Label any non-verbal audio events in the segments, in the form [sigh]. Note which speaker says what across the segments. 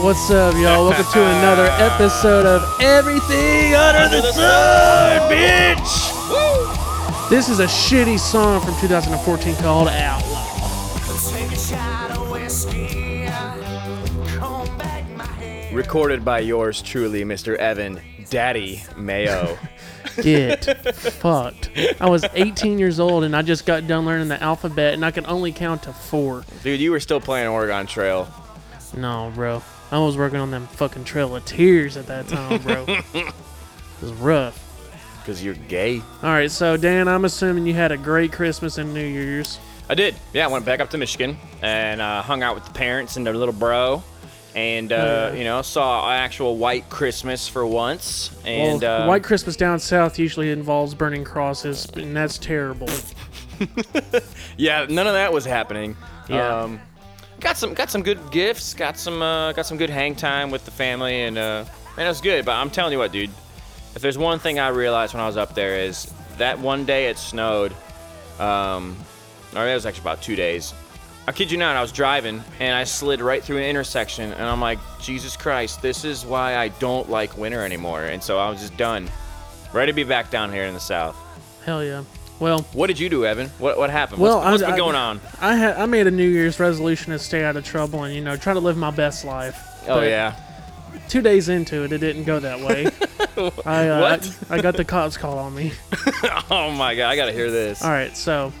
Speaker 1: What's up, y'all? Welcome to another
Speaker 2: [laughs]
Speaker 1: episode of Everything Under the Sun, bitch! This is a shitty song from 2014 called Outlaw.
Speaker 3: Take a shot of whiskey. Comb back my hair.
Speaker 2: Recorded by yours truly, Mr. Evan Daddy [laughs] Mayo.
Speaker 1: Get
Speaker 2: [laughs]
Speaker 1: fucked. I was 18 years old and I just got done learning the alphabet and I could only count to four.
Speaker 2: Dude, you were still playing Oregon Trail.
Speaker 1: No, bro. I was working on them fucking Trail of Tears at that time,
Speaker 2: [laughs]
Speaker 1: bro. it was rough.
Speaker 2: Because you're gay.
Speaker 1: All right, so Dan, I'm assuming you had a great Christmas and New Year's.
Speaker 2: I did. Yeah, I went back up to Michigan and uh, hung out with the parents and their little bro. And, uh, you know, saw an actual white Christmas for once. And
Speaker 1: well,
Speaker 2: uh,
Speaker 1: White Christmas down south usually involves burning crosses, and that's terrible.
Speaker 2: yeah, none of that was happening.
Speaker 1: Yeah.
Speaker 2: Um, got some got some good gifts. Got some uh, got some good hang time with the family, and uh, man, it was good. But I'm telling you what, dude, if there's one thing I realized when I was up there is that one day it snowed. Um, or that was actually about two days. I kid you not, I was driving and I slid right through an intersection, and I'm like, Jesus Christ, this is why I don't like winter anymore. And so I was just done. Ready to be back down here in the south.
Speaker 1: Hell yeah. Well,
Speaker 2: What did you do, Evan? What what happened?
Speaker 1: well,
Speaker 2: what's, what's
Speaker 1: I,
Speaker 2: been
Speaker 1: I-
Speaker 2: going on?
Speaker 1: I had I made a New Year's resolution to stay out of trouble and you know try to live my best life.
Speaker 2: Oh
Speaker 1: But
Speaker 2: yeah.
Speaker 1: Two days into it, it didn't go that
Speaker 2: [laughs]
Speaker 1: way. I, uh,
Speaker 2: What?
Speaker 1: I, I
Speaker 2: [laughs]
Speaker 1: got the cops call on me.
Speaker 2: Oh my god, I gotta hear this.
Speaker 1: All right, so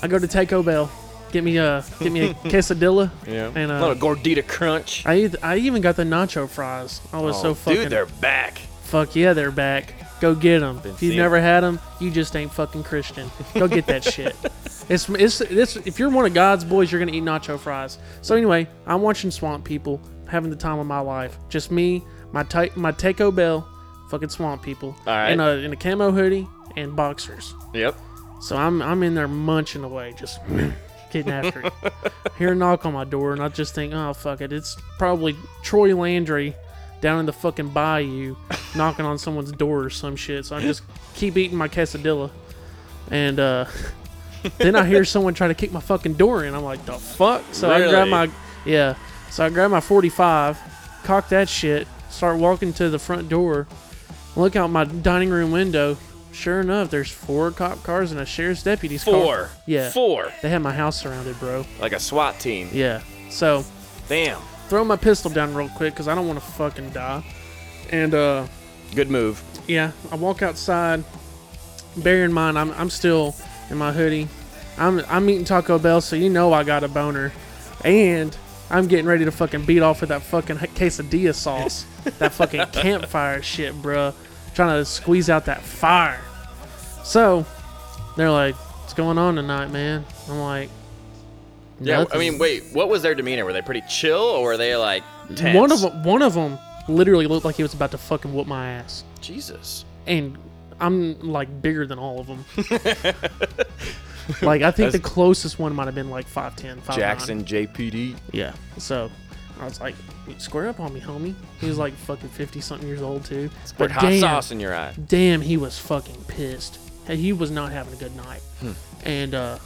Speaker 1: I go to Taco Bell, get me a get me
Speaker 2: [laughs]
Speaker 1: a quesadilla,
Speaker 2: Yeah.
Speaker 1: and
Speaker 2: a
Speaker 1: uh,
Speaker 2: little gordita crunch. Oh,
Speaker 1: I eith- I even got the nacho fries. I was so fucking
Speaker 2: dude, they're back.
Speaker 1: Fuck yeah, they're back. Go get them. If you've
Speaker 2: seeing-
Speaker 1: never had them, you just ain't fucking Christian. Go get that
Speaker 2: [laughs]
Speaker 1: shit. It's, it's, it's, if you're one of God's boys, you're going to eat nacho fries. So, anyway, I'm watching Swamp People, having the time of my life. Just me, my, ta- my Taco Bell, fucking Swamp People,
Speaker 2: All right.
Speaker 1: in, a, in a camo hoodie and boxers.
Speaker 2: Yep.
Speaker 1: So I'm I'm in there munching away, just getting after it. Hear a knock on my door, and I just think, oh fuck it, it's probably Troy Landry down in the fucking bayou, knocking on someone's door or some shit. So I just keep eating my quesadilla, and uh, then I hear someone try to kick my fucking door in. I'm like, the fuck. So I grab
Speaker 2: Really?
Speaker 1: my yeah. So I grab my 45, cock that shit, start walking to the front door look out my dining room window. Sure enough, there's four cop cars and a sheriff's deputy's car.
Speaker 2: Four.
Speaker 1: Yeah.
Speaker 2: Four.
Speaker 1: They had my house surrounded, bro.
Speaker 2: Like a SWAT team.
Speaker 1: Yeah. So
Speaker 2: Damn.
Speaker 1: throw my pistol down real quick because I don't want to fucking die. And uh,
Speaker 2: Good move.
Speaker 1: yeah, I walk outside. Bear in mind, I'm I'm still in my hoodie. I'm I'm eating Taco Bell, so you know I got a boner, and I'm getting ready to fucking beat off with that fucking quesadilla sauce, that fucking campfire shit, bruh. Trying to squeeze out that fire. So they're like, "What's going on tonight, man?" I'm like,
Speaker 2: Yeah. I
Speaker 1: "Nothing."
Speaker 2: mean, wait. What was their demeanor? Were they pretty chill, or were they like tense?
Speaker 1: one of them, one of them literally looked like he was about to fucking whoop my ass,
Speaker 2: Jesus.
Speaker 1: and I'm like bigger than all of
Speaker 2: [laughs]
Speaker 1: them. like I think the closest one might have been like 5'10", 5'9".
Speaker 2: Jackson JPD.
Speaker 1: Yeah. So I was like, square up on me, homie. He was like fucking fifty something years old too.
Speaker 2: Put
Speaker 1: But
Speaker 2: hot
Speaker 1: damn,
Speaker 2: sauce in your eye. [laughs]
Speaker 1: damn, he was fucking pissed. Hey, He was not having a good night.
Speaker 2: Hmm.
Speaker 1: And uh,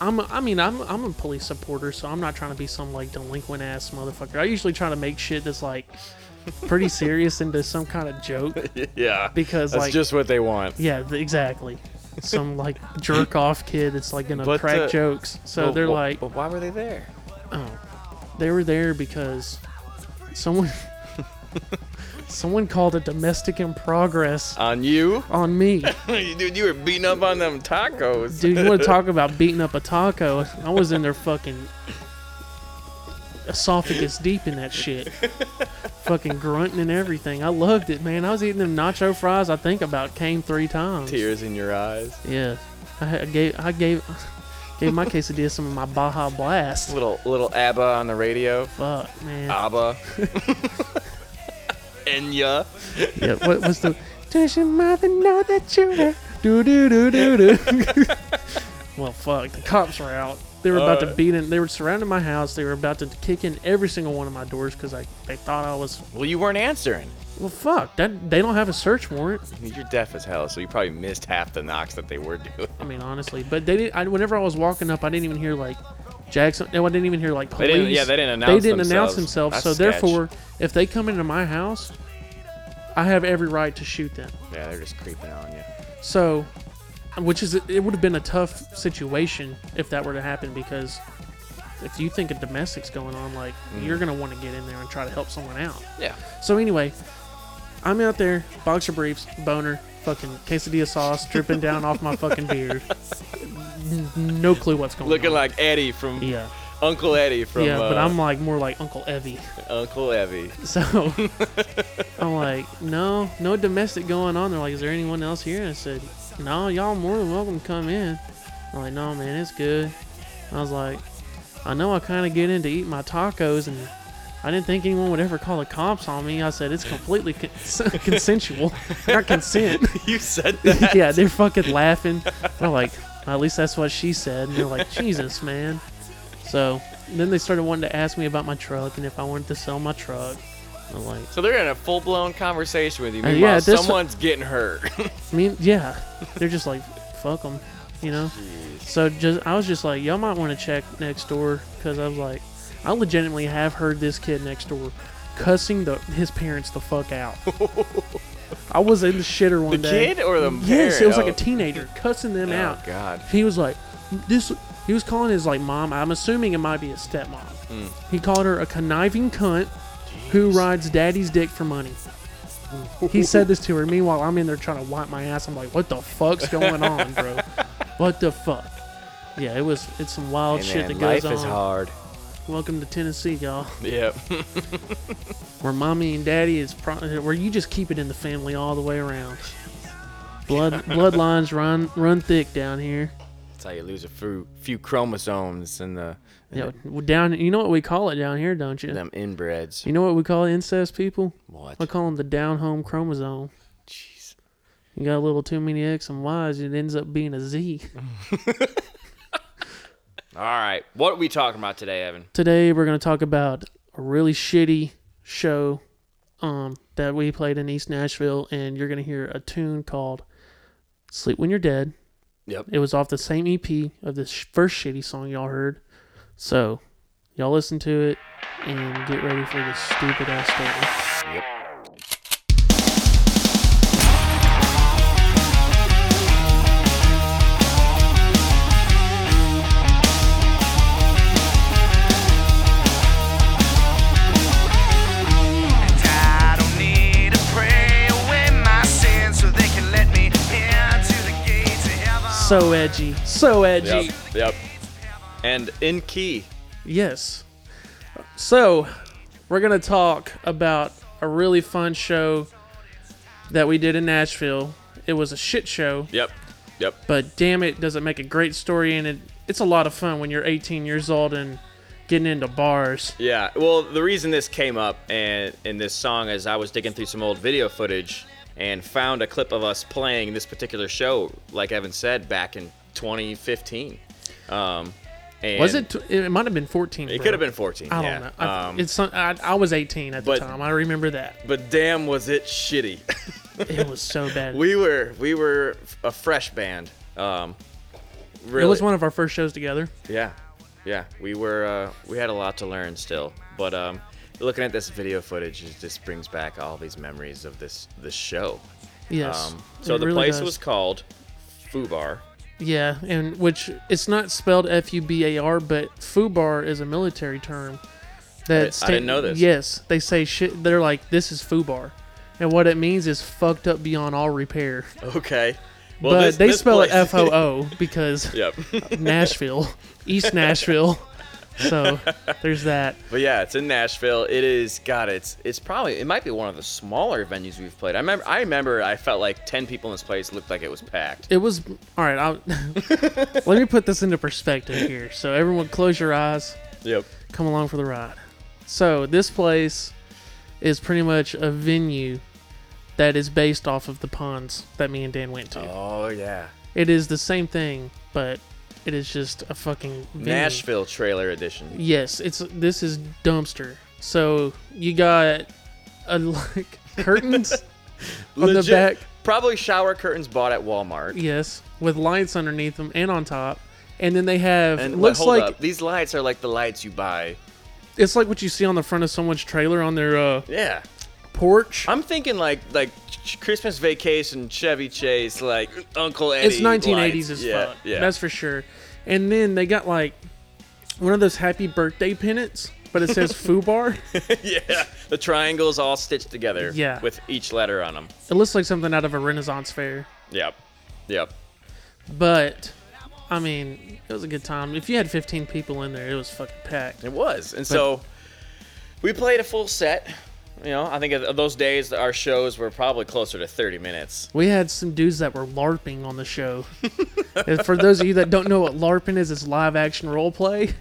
Speaker 1: I'm, I mean, I'm, I'm a police supporter, so I'm not trying to be some like delinquent ass motherfucker. I usually try to make shit that's like pretty serious into some kind of joke
Speaker 2: Yeah.
Speaker 1: because
Speaker 2: That's
Speaker 1: like
Speaker 2: just what they want.
Speaker 1: yeah, th- exactly. Some like jerk off kid that's like gonna
Speaker 2: But,
Speaker 1: crack
Speaker 2: uh, oh.
Speaker 1: jokes. So
Speaker 2: But-
Speaker 1: they're
Speaker 2: but-
Speaker 1: like,
Speaker 2: But why were they there?
Speaker 1: they were there because
Speaker 2: [laughs]
Speaker 1: someone someone called a domestic in progress
Speaker 2: On you, [laughs]
Speaker 1: on me.
Speaker 2: dude. You were beating up on them tacos.
Speaker 1: Dude, you want to talk about beating up a taco? I was in there fucking esophagus deep in that shit. Fucking grunting and everything. I loved it, man. I was eating them nacho fries. I think about came three times.
Speaker 2: Tears in your eyes.
Speaker 1: Yeah, I, had- I gave I gave gave my quesadilla some of my Baja Blast.
Speaker 2: Little little Abba on the radio.
Speaker 1: Fuck, man.
Speaker 2: Abba.
Speaker 1: [laughs]
Speaker 2: Enya.
Speaker 1: yeah, what was the? Does your mother know that you were? Do do do do [laughs] do. well, fuck. The cops were out. They were about to
Speaker 2: Alright.
Speaker 1: beat in. They were surrounding my house. They were about to kick in every single one of my doors because I they thought I was.
Speaker 2: Well, you weren't answering.
Speaker 1: Well, fuck. That they don't have a search warrant.
Speaker 2: You're deaf as hell, so you
Speaker 1: [laughs]
Speaker 2: probably missed half the knocks that they were doing.
Speaker 1: I mean, honestly, but they didn't. I, whenever I was walking up, I didn't even hear like Jackson. No, I didn't even hear like police.
Speaker 2: didn't- yeah, they didn't announce
Speaker 1: They didn't announce
Speaker 2: themselves.
Speaker 1: themselves.
Speaker 2: That's
Speaker 1: so
Speaker 2: sketch.
Speaker 1: therefore, if they come into my house, I have every right to shoot them.
Speaker 2: Yeah, they're just creeping on you.
Speaker 1: So, which is it would have been a tough situation if that were to happen because if you think a domestic's going on, like
Speaker 2: Mm.
Speaker 1: you're gonna want to get in there and try to help someone out.
Speaker 2: Yeah.
Speaker 1: So anyway, I'm out there, boxer briefs, boner, fucking quesadilla sauce dripping down off my fucking beard. N- No clue what's going
Speaker 2: Looking
Speaker 1: on.
Speaker 2: like Eddie from
Speaker 1: yeah,
Speaker 2: Uncle Eddie from
Speaker 1: yeah, but
Speaker 2: uh,
Speaker 1: I'm like more like Uncle Evie.
Speaker 2: Uncle
Speaker 1: [laughs]
Speaker 2: Evie.
Speaker 1: So I'm like, no, no domestic going on. They're like, is there anyone else here? And I said, no, y'all more than welcome to come in. I'm like, no, man, it's good. I was like, I know I kind of get in to eat my tacos, and I didn't think anyone would ever call the cops on me. I said, it's completely con- [laughs] consensual, not consent.
Speaker 2: you [laughs] said
Speaker 1: [laughs]
Speaker 2: that.
Speaker 1: yeah, they're fucking laughing. They're like, well, at least that's what she said. And they're like, Jesus, man. So then they started wanting to ask me about my truck and if I wanted to sell my truck. I'm like,
Speaker 2: So they're in a full blown conversation with you.
Speaker 1: Uh, yeah,
Speaker 2: Meanwhile,
Speaker 1: at this-
Speaker 2: someone's getting hurt.
Speaker 1: [laughs] I mean, yeah, they're just like, fuck them, you know. So just, I was just like, y'all might want to check next door because I was like, I legitimately have heard this kid next door cussing the his parents the fuck
Speaker 2: [laughs]
Speaker 1: out. I was in the shitter one
Speaker 2: the
Speaker 1: day.
Speaker 2: kid or the
Speaker 1: Yes,
Speaker 2: parent?
Speaker 1: it was like
Speaker 2: Oh.
Speaker 1: a teenager cussing them out.
Speaker 2: Oh God.
Speaker 1: He was like, this. He was calling his like mom. I'm assuming it might be his stepmom.
Speaker 2: Hmm.
Speaker 1: He called her a conniving cunt who rides daddy's dick for money. He said this to her. Meanwhile, I'm in there trying to wipe my ass. I'm like, what the fuck's going on, bro? What the fuck? Yeah, it was. It's some wild
Speaker 2: Hey,
Speaker 1: shit
Speaker 2: man,
Speaker 1: that
Speaker 2: life
Speaker 1: goes on.
Speaker 2: is hard.
Speaker 1: Welcome to Tennessee, y'all.
Speaker 2: Yep.
Speaker 1: Where mommy and daddy is pro- where you just keep it in the family all the way around. Blood bloodlines run run thick down here.
Speaker 2: [laughs] That's how you lose a few, few chromosomes and the
Speaker 1: Yeah, well, down. You know what we call it down here, don't you?
Speaker 2: them inbreds.
Speaker 1: You know what we call incest people?
Speaker 2: What?
Speaker 1: We call them the down home chromosome.
Speaker 2: Jeez.
Speaker 1: You got a little too many X and Y's, it ends up being a Z. [laughs]
Speaker 2: All right. What are we talking about today, Evan?
Speaker 1: Today we're gonna talk about a really shitty show um, that we played in East Nashville, and you're gonna hear a tune called "Sleep When You're Dead."
Speaker 2: Yep.
Speaker 1: It was off the same EP of this sh- first shitty song y'all heard. So y'all listen to it and get ready for this stupid ass story.
Speaker 3: I don't need to pray away my sins so they can let me into the gates of heaven.
Speaker 1: So edgy, so edgy.
Speaker 2: Yep. Yep. And in key.
Speaker 1: Yes. So, we're going to talk about a really fun show that we did in Nashville. It was a shit show,
Speaker 2: Yep. Yep.
Speaker 1: but damn it, does it make a great story and it it's a lot of fun when you're 18 years old and getting into bars.
Speaker 2: Yeah. Well, the reason this came up and in this song is I was digging through some old video footage and found a clip of us playing this particular show, like Evan said, back in 2015. Um, and
Speaker 1: Was it tw- it might have been 14.
Speaker 2: It
Speaker 1: bro.
Speaker 2: could have been 14.
Speaker 1: I don't
Speaker 2: yeah.
Speaker 1: know. I,
Speaker 2: um,
Speaker 1: it's some, I, I was 18 at the
Speaker 2: but-
Speaker 1: time. I remember that.
Speaker 2: but damn, was it shitty. [laughs]
Speaker 1: It was so bad.
Speaker 2: we were we were a fresh band. Um, really.
Speaker 1: It was one of our first shows together.
Speaker 2: Yeah, yeah, we were uh, we had a lot to learn still, but um, looking at this video footage it just brings back all these memories of this this show.
Speaker 1: Yes.
Speaker 2: Um, so
Speaker 1: It
Speaker 2: the
Speaker 1: really
Speaker 2: place
Speaker 1: does.
Speaker 2: was called Fubar. [laughs]
Speaker 1: Yeah, and which it's not spelled F U B A R, but FUBAR is a military term. That
Speaker 2: I didn't know this.
Speaker 1: Yes, they say shit. They're like, this is FUBAR, and what it means is fucked up beyond all repair.
Speaker 2: Okay, well,
Speaker 1: but
Speaker 2: this-
Speaker 1: they
Speaker 2: this
Speaker 1: spell it
Speaker 2: place-
Speaker 1: F O O
Speaker 2: [laughs]
Speaker 1: because
Speaker 2: Yep,
Speaker 1: Nashville, East Nashville. So there's that.
Speaker 2: but yeah, it's in Nashville. It is. God, it's it's probably it might be one of the smaller venues we've played. I remember I remember I felt like ten people in this place looked like it was packed.
Speaker 1: It was all right. I'll, [laughs] let me put this into perspective here. So everyone, close your eyes.
Speaker 2: Yep.
Speaker 1: come along for the ride. So this place is pretty much a venue that is based off of the ponds that me and Dan went to.
Speaker 2: Oh yeah.
Speaker 1: It is the same thing, but it is just a fucking venue.
Speaker 2: Nashville trailer edition.
Speaker 1: Yes, it's this is dumpster. So you got a [laughs] like
Speaker 2: [laughs]
Speaker 1: curtains on the
Speaker 2: Legit-
Speaker 1: back.
Speaker 2: Probably shower curtains bought at Walmart.
Speaker 1: Yes, with lights underneath them and on top, and then they have
Speaker 2: And
Speaker 1: it looks
Speaker 2: hold
Speaker 1: like
Speaker 2: up. these lights are like the lights you buy.
Speaker 1: it's like what you see on the front of someone's trailer on their uh,
Speaker 2: Yeah.
Speaker 1: porch.
Speaker 2: I'm thinking like like ch- Christmas vacation, Chevy Chase, like Uncle Eddie.
Speaker 1: it's 1980s
Speaker 2: lights.
Speaker 1: as
Speaker 2: yeah,
Speaker 1: fuck.
Speaker 2: Yeah.
Speaker 1: That's for sure. And then they got like one of those happy birthday pennants, but it
Speaker 2: [laughs]
Speaker 1: says FUBAR.
Speaker 2: [laughs] yeah. The triangles all stitched together.
Speaker 1: Yeah.
Speaker 2: With each letter on them.
Speaker 1: It looks like something out of a Renaissance fair.
Speaker 2: Yep. Yep.
Speaker 1: But I mean, it was a good time. If you had 15 people in there, it was fucking packed.
Speaker 2: It was. And so we played a full set. You know, I think of those days our shows were probably closer to 30 minutes.
Speaker 1: We had some dudes that were LARPing on the show. and for those of you that don't know what LARPing is, it's live action role play.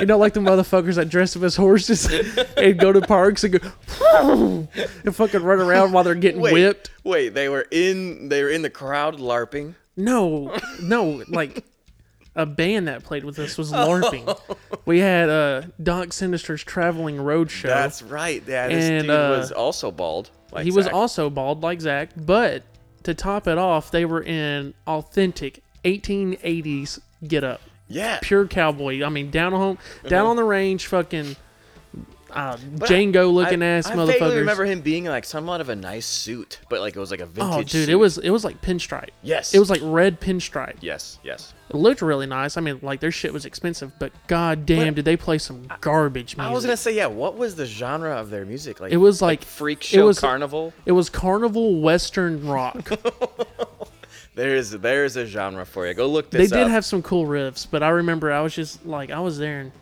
Speaker 1: You know, like the motherfuckers that dress up as horses [laughs] and go to parks and go [laughs] and fucking run around while they're getting whipped.
Speaker 2: Wait, they were in they were in the crowd larping.
Speaker 1: No, no, like a band that played with us was
Speaker 2: [laughs]
Speaker 1: LARPing. We had uh, Doc Sinister's traveling road show.
Speaker 2: That's right. Yeah, this
Speaker 1: And,
Speaker 2: dude
Speaker 1: uh,
Speaker 2: was also bald. Like
Speaker 1: he was
Speaker 2: Zach.
Speaker 1: also bald like Zach, but to top it off, they were in authentic 1880s get up.
Speaker 2: yeah.
Speaker 1: Pure cowboy. I mean, down home, down on the range, fucking uh, Django looking
Speaker 2: Uh-huh. I,
Speaker 1: ass
Speaker 2: I vaguely
Speaker 1: motherfuckers.
Speaker 2: remember him being like somewhat of a nice suit, but like it was like a vintage.
Speaker 1: oh, dude,
Speaker 2: suit.
Speaker 1: it was it was like pinstripe.
Speaker 2: Yes.
Speaker 1: It was like red pinstripe.
Speaker 2: Yes, yes.
Speaker 1: It looked really nice. I mean, like their shit was expensive, but god damn,
Speaker 2: What-
Speaker 1: did they play some garbage music?
Speaker 2: I was gonna say, yeah. What was the genre of their music? Like
Speaker 1: it was like,
Speaker 2: freak
Speaker 1: It
Speaker 2: show
Speaker 1: was
Speaker 2: carnival.
Speaker 1: It was carnival western
Speaker 2: [laughs]
Speaker 1: rock.
Speaker 2: There is there is a genre for you. Go look
Speaker 1: they
Speaker 2: this
Speaker 1: did
Speaker 2: up.
Speaker 1: have some cool riffs, but I remember I was just like I was there and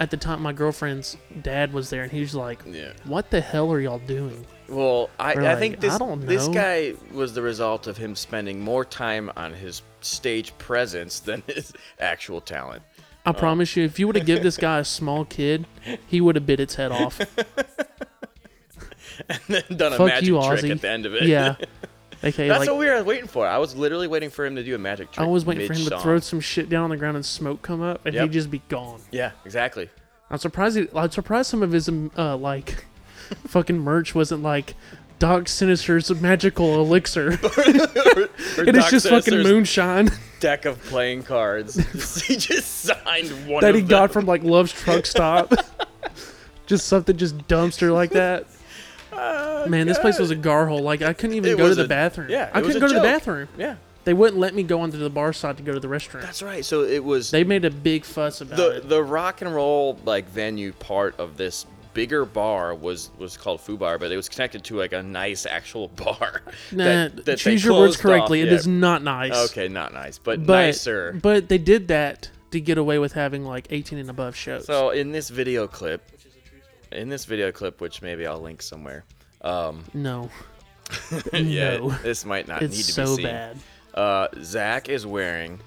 Speaker 1: at the time my girlfriend's dad was there and he was like,
Speaker 2: Yeah.
Speaker 1: "What the hell are y'all doing?"
Speaker 2: Well, I,
Speaker 1: We're
Speaker 2: I
Speaker 1: like,
Speaker 2: think this
Speaker 1: I don't
Speaker 2: this
Speaker 1: know.
Speaker 2: guy was the result of him spending more time on his stage presence than his actual talent. [laughs]
Speaker 1: I promise you, if you would have give this guy a small kid, he would have bit its head
Speaker 2: [laughs]
Speaker 1: off.
Speaker 2: Done a
Speaker 1: Fuck
Speaker 2: magic
Speaker 1: you,
Speaker 2: trick
Speaker 1: Ozzy.
Speaker 2: at the end of it. [laughs]
Speaker 1: Yeah. Okay,
Speaker 2: That's
Speaker 1: like
Speaker 2: what we were waiting for. I was literally waiting for him to do a magic trick.
Speaker 1: I was waiting for him to
Speaker 2: mid-song.
Speaker 1: throw some shit down on the ground and smoke come up, and
Speaker 2: Yep.
Speaker 1: he'd just be gone.
Speaker 2: Yeah, exactly.
Speaker 1: I'm surprised. He, I'm surprised some of his um, uh, like [laughs] fucking merch wasn't like Doc Sinister's magical
Speaker 2: [laughs]
Speaker 1: elixir.
Speaker 2: Or
Speaker 1: it is
Speaker 2: Doc
Speaker 1: just fucking
Speaker 2: Sinister's
Speaker 1: moonshine. [laughs]
Speaker 2: deck of playing cards. [laughs] he just signed one
Speaker 1: that
Speaker 2: of
Speaker 1: he
Speaker 2: them.
Speaker 1: got from like Love's truck
Speaker 2: [laughs]
Speaker 1: stop. just something just dumpster like that. Man, this place was a gar hole. Like I couldn't even
Speaker 2: Oh, It
Speaker 1: go to
Speaker 2: was
Speaker 1: the
Speaker 2: a-
Speaker 1: bathroom.
Speaker 2: yeah, it
Speaker 1: I
Speaker 2: was
Speaker 1: couldn't
Speaker 2: a
Speaker 1: go to the
Speaker 2: joke.
Speaker 1: bathroom.
Speaker 2: Yeah,
Speaker 1: They wouldn't let me go onto the bar side to go to the restroom.
Speaker 2: that's right. So it was
Speaker 1: they made a big fuss about
Speaker 2: the
Speaker 1: it.
Speaker 2: the rock and roll like venue part of this bigger bar was was called Foo Bar, but it was connected to like a nice actual [laughs] bar.
Speaker 1: Nah,
Speaker 2: that- that they
Speaker 1: choose your words
Speaker 2: closed off.
Speaker 1: correctly. It
Speaker 2: Yeah.
Speaker 1: is not nice.
Speaker 2: okay, not nice, but,
Speaker 1: but
Speaker 2: nicer.
Speaker 1: but they did that to get away with having like 18 and above shows.
Speaker 2: so in this video clip, in this video clip, which maybe I'll link somewhere. Um,
Speaker 1: no,
Speaker 2: [laughs] yeah,
Speaker 1: No.
Speaker 2: this might not
Speaker 1: it's
Speaker 2: need to
Speaker 1: so
Speaker 2: be seen.
Speaker 1: bad.
Speaker 2: Uh, Zach is wearing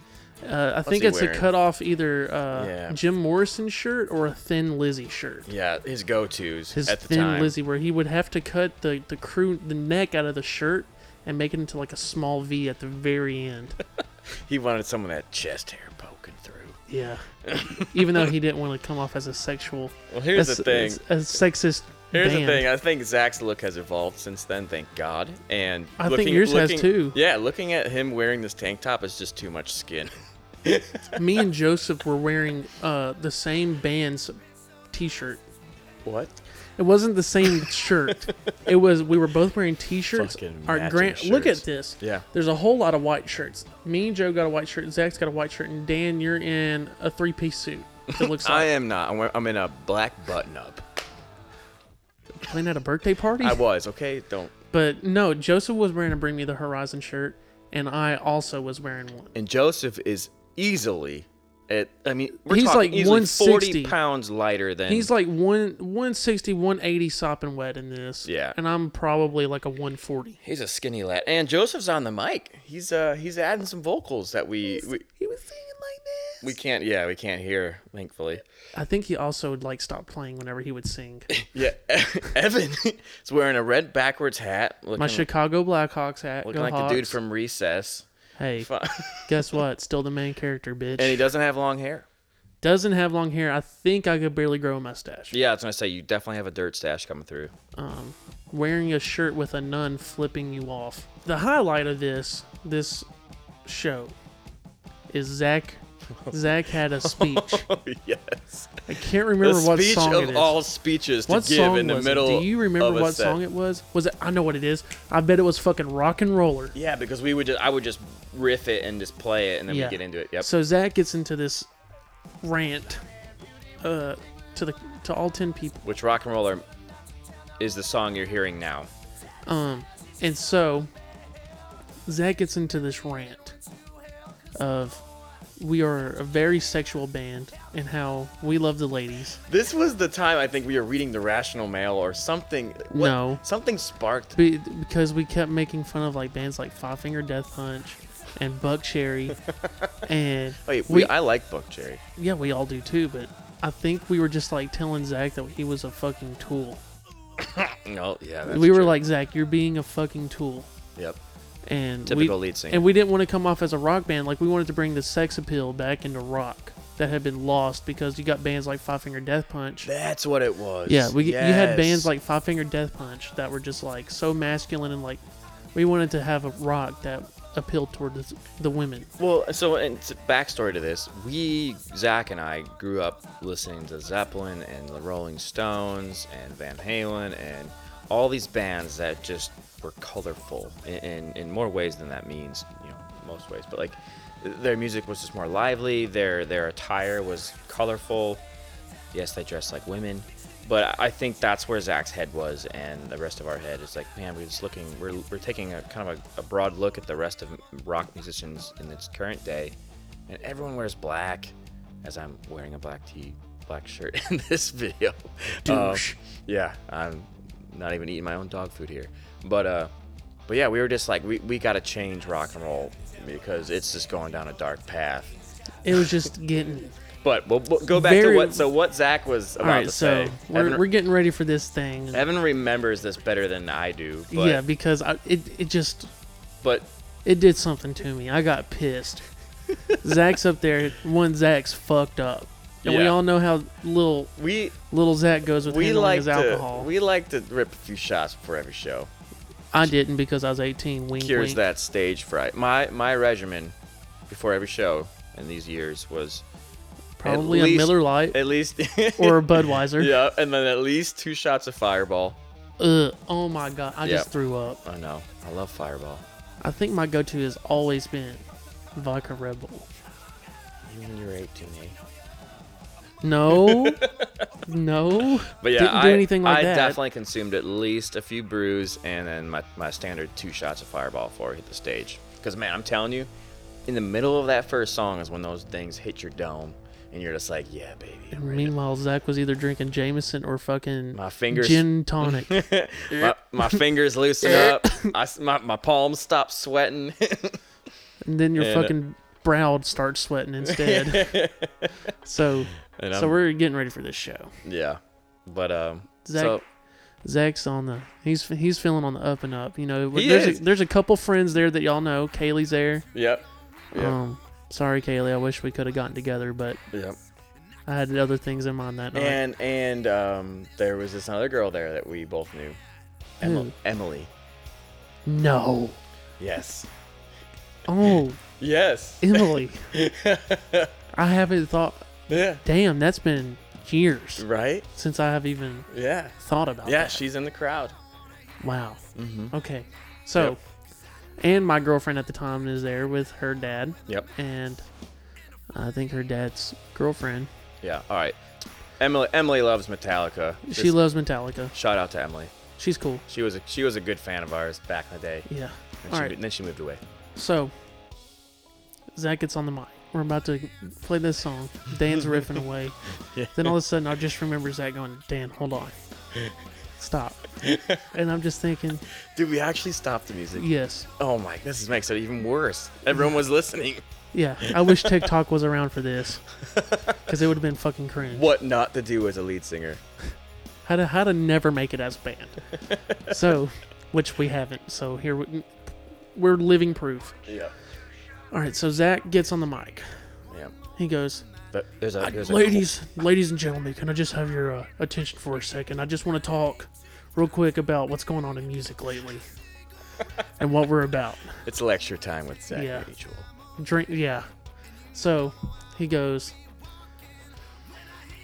Speaker 1: Uh, I think
Speaker 2: he
Speaker 1: it's
Speaker 2: wearing?
Speaker 1: a cut off either uh,
Speaker 2: Yeah.
Speaker 1: Jim Morrison shirt or a Thin Lizzy shirt.
Speaker 2: yeah his go-to's
Speaker 1: his
Speaker 2: at the
Speaker 1: thin
Speaker 2: time.
Speaker 1: Lizzy, where he would have to cut the the crew the neck out of the shirt and make it into like a small V at the very
Speaker 2: [laughs]
Speaker 1: end.
Speaker 2: He wanted some of that chest hair poking through.
Speaker 1: Yeah, even though he didn't want to come off as a sexual.
Speaker 2: Well, here's
Speaker 1: as-
Speaker 2: the thing.
Speaker 1: as a sexist.
Speaker 2: Here's
Speaker 1: band.
Speaker 2: the thing. I think Zach's look has evolved since then, thank God. And
Speaker 1: I think yours has too.
Speaker 2: Yeah, looking at him wearing this tank top is just too much skin.
Speaker 1: Me and Joseph were wearing uh, the same band's T-shirt.
Speaker 2: [laughs] What?
Speaker 1: It wasn't the same shirt.
Speaker 2: [laughs]
Speaker 1: It was we were both wearing T-shirts.
Speaker 2: Fucking
Speaker 1: Our
Speaker 2: matching
Speaker 1: grand look at
Speaker 2: shirts.
Speaker 1: this.
Speaker 2: Yeah.
Speaker 1: There's a whole lot of white shirts. Me and Joe got a white shirt. Zach's got a white shirt, and Dan, you're in a three-piece suit. It looks like
Speaker 2: [laughs] I am not. I'm, wear- I'm in a black button up.
Speaker 1: playing at a birthday party. [laughs]
Speaker 2: I was okay. Don't.
Speaker 1: But no, Joseph was wearing a Bring Me the Horizon shirt, and I also was wearing one.
Speaker 2: And Joseph is easily. At, I mean, we're
Speaker 1: He's
Speaker 2: talking
Speaker 1: like
Speaker 2: easily
Speaker 1: 160.
Speaker 2: 40 pounds lighter than.
Speaker 1: He's like one 160, 180 sopping wet in this.
Speaker 2: Yeah.
Speaker 1: And I'm probably like a 140.
Speaker 2: He's a skinny lad, and Joseph's on the mic. He's uh he's adding some vocals that we we,
Speaker 1: He was singing like this.
Speaker 2: we can't yeah we can't hear thankfully.
Speaker 1: I think he also would like stop playing whenever he would sing.
Speaker 2: Yeah, [laughs] Evan is wearing a red backwards hat, looking
Speaker 1: My Chicago Blackhawks hat.
Speaker 2: Looking
Speaker 1: go
Speaker 2: like the dude
Speaker 1: Hawks.
Speaker 2: from Recess.
Speaker 1: Hey,
Speaker 2: Fu- [laughs]
Speaker 1: guess what? Still the main character, bitch.
Speaker 2: and he doesn't have long hair.
Speaker 1: Doesn't have long hair. I think I could barely grow a mustache.
Speaker 2: Yeah, I was gonna say you definitely have a dirt stash coming [laughs] through.
Speaker 1: wearing a shirt with a nun flipping you
Speaker 2: [laughs]
Speaker 1: off. The highlight of this this show is Zach Zach had a speech.
Speaker 2: Oh, yes.
Speaker 1: I can't
Speaker 2: The
Speaker 1: remember what
Speaker 2: speech
Speaker 1: song it
Speaker 2: of
Speaker 1: is.
Speaker 2: all speeches to
Speaker 1: what
Speaker 2: give
Speaker 1: song
Speaker 2: in the
Speaker 1: was
Speaker 2: middle.
Speaker 1: it? Do you remember
Speaker 2: of a
Speaker 1: what
Speaker 2: set.
Speaker 1: song it was? Was it? I know what it is. I bet it was fucking rock and roller.
Speaker 2: Yeah, because we would just I would just riff it and just play it and then we get into it. Yep.
Speaker 1: So Zach gets into this rant uh, to the to all ten people.
Speaker 2: Which rock and roller is the song you're hearing now?
Speaker 1: Um, and so Zach gets into this rant of we are a very sexual band and how we love the ladies.
Speaker 2: This was the time I think we were reading the Rational Mail or something. What,
Speaker 1: No.
Speaker 2: something sparked.
Speaker 1: Be- because we kept making fun of like bands like Five Finger Death Punch and Buck
Speaker 2: [laughs]
Speaker 1: Cherry and
Speaker 2: Wait, Oh, we, I like Buck Cherry.
Speaker 1: yeah we all do too but I think we were just like telling Zach that he was a fucking tool.
Speaker 2: No, Oh, yeah, that's
Speaker 1: we were
Speaker 2: true.
Speaker 1: like Zach, you're being a fucking tool,
Speaker 2: yep.
Speaker 1: and
Speaker 2: Typical
Speaker 1: we,
Speaker 2: lead singer.
Speaker 1: And we didn't want to come off as a rock band. Like we wanted to bring the sex appeal back into rock that had been lost because you got bands like Five Finger Death Punch.
Speaker 2: That's what it was.
Speaker 1: yeah, we you had bands
Speaker 2: Yes.
Speaker 1: like Five Finger Death Punch that were just like so masculine and like we wanted to have a rock that appealed toward the, the women.
Speaker 2: Well, so and t- backstory to this, we Zach and I grew up listening to Zeppelin and the Rolling Stones and Van Halen and all these bands that just were colorful in, in, in more ways than that means, you know, most ways. But like, their music was just more lively. Their their attire was colorful. Yes, they dressed like women. But I I think that's where Zach's head was, and the rest of our head is like, man, we're just looking, we're, we're taking a kind of a, a broad look at the rest of rock musicians in its current day, and everyone wears black, as I'm wearing a black tee, black shirt [laughs] in this video. Um,
Speaker 1: Douche.
Speaker 2: yeah, I'm not even eating my own dog food here, but uh, but yeah, we were just like, we, we got to change rock and roll because it's just going down a dark path.
Speaker 1: It was
Speaker 2: [laughs]
Speaker 1: just getting
Speaker 2: But we'll, we'll go back
Speaker 1: Very-
Speaker 2: to what so what Zach was about
Speaker 1: all right.
Speaker 2: to
Speaker 1: So
Speaker 2: say.
Speaker 1: we're,
Speaker 2: Evan-
Speaker 1: we're getting ready for this thing.
Speaker 2: Evan remembers this better than I do. But,
Speaker 1: yeah, because I, it it just
Speaker 2: But
Speaker 1: it did something to me. I got pissed. Zach's up there. One Zach's fucked up, and we
Speaker 2: Yeah.
Speaker 1: all know how little
Speaker 2: we
Speaker 1: little Zach goes with
Speaker 2: we
Speaker 1: handling
Speaker 2: like
Speaker 1: his
Speaker 2: to
Speaker 1: alcohol.
Speaker 2: we like to rip a few shots before every show.
Speaker 1: I didn't because I was 18. Wink,
Speaker 2: Cures
Speaker 1: wink.
Speaker 2: that stage fright. My my regimen before every show in these years was at
Speaker 1: Probably a
Speaker 2: least-
Speaker 1: Miller Light
Speaker 2: at least [laughs]
Speaker 1: or a Budweiser.
Speaker 2: yeah, and then at least two shots of Fireball.
Speaker 1: Ugh, oh my god, I just
Speaker 2: Yeah.
Speaker 1: threw up.
Speaker 2: I know. I love Fireball.
Speaker 1: I think my go-to has always been vodka Red Bull.
Speaker 2: You mean you're 18, eh?
Speaker 1: No,
Speaker 2: [laughs]
Speaker 1: no.
Speaker 2: But yeah,
Speaker 1: didn't do
Speaker 2: I,
Speaker 1: anything like
Speaker 2: I
Speaker 1: that.
Speaker 2: definitely consumed at least a few brews and then my, my standard two shots of Fireball before I hit the stage. Because, man, I'm telling you, in the middle of that first song is when those things hit your dome and you're just like, yeah, baby. I'm ready.
Speaker 1: Meanwhile, Zach was either drinking Jameson or fucking
Speaker 2: My fingers-
Speaker 1: gin tonic.
Speaker 2: My, my
Speaker 1: [laughs]
Speaker 2: fingers loosen up. I s my, my palms stop sweating. [laughs]
Speaker 1: And then your
Speaker 2: And, uh,
Speaker 1: fucking brow starts sweating instead.
Speaker 2: [laughs]
Speaker 1: so,
Speaker 2: And
Speaker 1: so
Speaker 2: I'm-
Speaker 1: we're getting ready for this show.
Speaker 2: yeah. But, um,
Speaker 1: Zach,
Speaker 2: so
Speaker 1: Zach's on the he's he's feeling on the up and up. You know,
Speaker 2: He
Speaker 1: there's
Speaker 2: is.
Speaker 1: A, there's a couple friends there that y'all know. Kaylee's there.
Speaker 2: yep. Yep.
Speaker 1: Um, sorry, Kaylee. I wish we could have gotten together, but
Speaker 2: yep.
Speaker 1: I had other things in mind that night.
Speaker 2: And, and, um, there was this other girl there that we both knew Emily.
Speaker 1: Who?
Speaker 2: Emily.
Speaker 1: no.
Speaker 2: Yes.
Speaker 1: Oh,
Speaker 2: [laughs] Yes.
Speaker 1: Emily. I haven't thought.
Speaker 2: Yeah.
Speaker 1: Damn, that's been years
Speaker 2: Right?
Speaker 1: since I have even
Speaker 2: Yeah.
Speaker 1: thought about.
Speaker 2: Yeah,
Speaker 1: that.
Speaker 2: she's in the crowd.
Speaker 1: Wow. Okay. So, and my girlfriend at the time is there with her dad,
Speaker 2: Yep.
Speaker 1: and I think her dad's girlfriend.
Speaker 2: Yeah. All right. Emily Emily loves Metallica.
Speaker 1: She
Speaker 2: Just
Speaker 1: loves Metallica.
Speaker 2: shout out to Emily.
Speaker 1: She's cool.
Speaker 2: She was a she was a good fan of ours back in the day.
Speaker 1: Yeah.
Speaker 2: And
Speaker 1: All
Speaker 2: she,
Speaker 1: right.
Speaker 2: mo- then she moved away.
Speaker 1: So, Zach gets on the mic. We're about to play this song. Dan's riffing away. Then all of a sudden, I just remember Zach going, "Dan, hold on, stop." and I'm just thinking,
Speaker 2: Dude, we actually stopped the music.
Speaker 1: yes,
Speaker 2: Oh my, this is- makes it even worse. Everyone was listening.
Speaker 1: yeah. I wish TikTok was around for this, because it would have been fucking cringe.
Speaker 2: What not to do as a lead singer.
Speaker 1: how to how to never make it as a band. so, which we haven't. So here we, we're living proof.
Speaker 2: Yeah.
Speaker 1: All right. So Zach gets on the mic.
Speaker 2: Yeah.
Speaker 1: He goes,
Speaker 2: But there's a there's
Speaker 1: ladies, ladies and gentlemen, can I just have your uh, attention for a second? I just want to talk real quick about what's going on in music lately and what we're about.
Speaker 2: a, it's lecture time with Zach
Speaker 1: Yeah.
Speaker 2: Rachel.
Speaker 1: Drink, yeah. So He goes,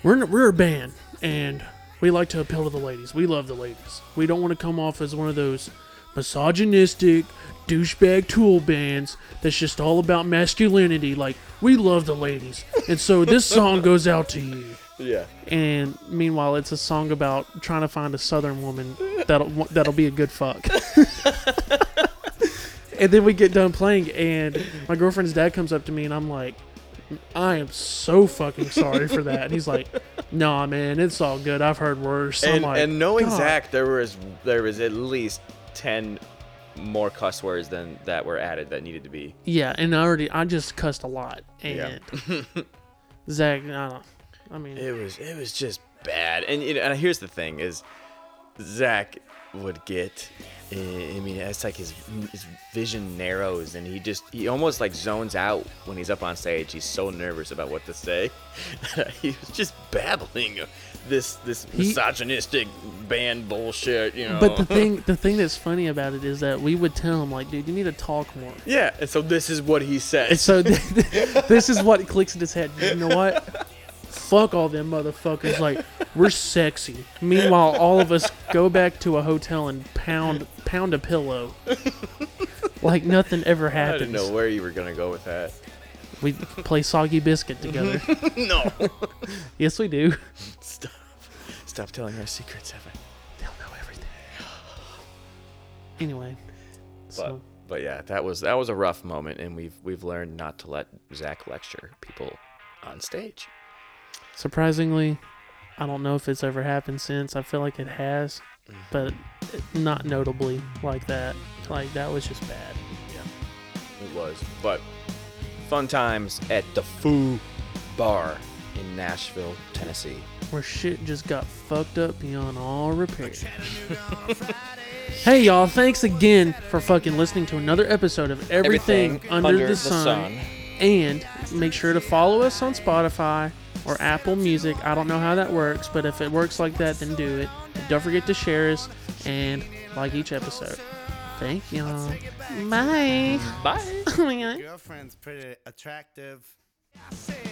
Speaker 1: "We're we're a band, and we like to appeal to the ladies. We love the ladies. We don't want to come off as one of those misogynistic douchebag tool bands that's just all about masculinity. Like we love the ladies, and so this song goes out to you."
Speaker 2: Yeah.
Speaker 1: And meanwhile, it's a song about trying to find a Southern woman that'll that'll be a good fuck. [laughs] and then we get done playing, and my girlfriend's dad comes up to me, and I'm like, "I am so fucking sorry for that." And he's like, "Nah, man, it's all good. I've heard worse." I'm
Speaker 2: And,
Speaker 1: like,
Speaker 2: and knowing
Speaker 1: "God."
Speaker 2: Zach, there was there was at least ten more cuss words than that were added that needed to be.
Speaker 1: yeah, and I already I just cussed a lot,
Speaker 2: Yeah.
Speaker 1: and
Speaker 2: [laughs]
Speaker 1: Zach, I don't. I mean,
Speaker 2: It was it was just bad. And you know, and here's the thing is Zach would get I I mean, it's like his his vision narrows and he just he almost like zones out when he's up on stage. He's so nervous about what to say. [laughs] he was just babbling this this misogynistic band bullshit, you know.
Speaker 1: but the thing the thing that's funny about it is that we would tell him like, "Dude, you need to talk more."
Speaker 2: yeah, and so this is what he says.
Speaker 1: And so [laughs] th- th- this is what clicks in his head. You know what? Fuck all them motherfuckers. Like we're sexy. Meanwhile, all of us go back to a hotel and pound pound a pillow. Like nothing ever
Speaker 2: I
Speaker 1: happens.
Speaker 2: didn't know where you were gonna go with that.
Speaker 1: We play soggy biscuit
Speaker 2: Mm-hmm.
Speaker 1: together.
Speaker 2: [laughs] No,
Speaker 1: yes, we do.
Speaker 2: stop, stop telling our secrets, Evan.
Speaker 1: They'll know everything. Anyway,
Speaker 2: But,
Speaker 1: so
Speaker 2: but yeah, that was that was a rough moment, and we've we've learned not to let Zach lecture people on stage.
Speaker 1: surprisingly, I don't know if it's ever happened since. I feel like it has,
Speaker 2: Mm.
Speaker 1: but not notably like that. Like that was just bad.
Speaker 2: It was, but fun times at the Foo Bar in Nashville, Tennessee.
Speaker 1: where shit just got fucked up beyond all repair. hey y'all, thanks again for fucking listening to another episode of Everything, Under, the, sun. And make sure to follow us on Spotify or Apple Music. I don't know how that works, but if it works like that, then do it. And don't forget to share us and like each episode. Thank y'all. Bye.
Speaker 4: Bye.
Speaker 1: Oh my God. [laughs]
Speaker 3: Girlfriend's pretty attractive. I said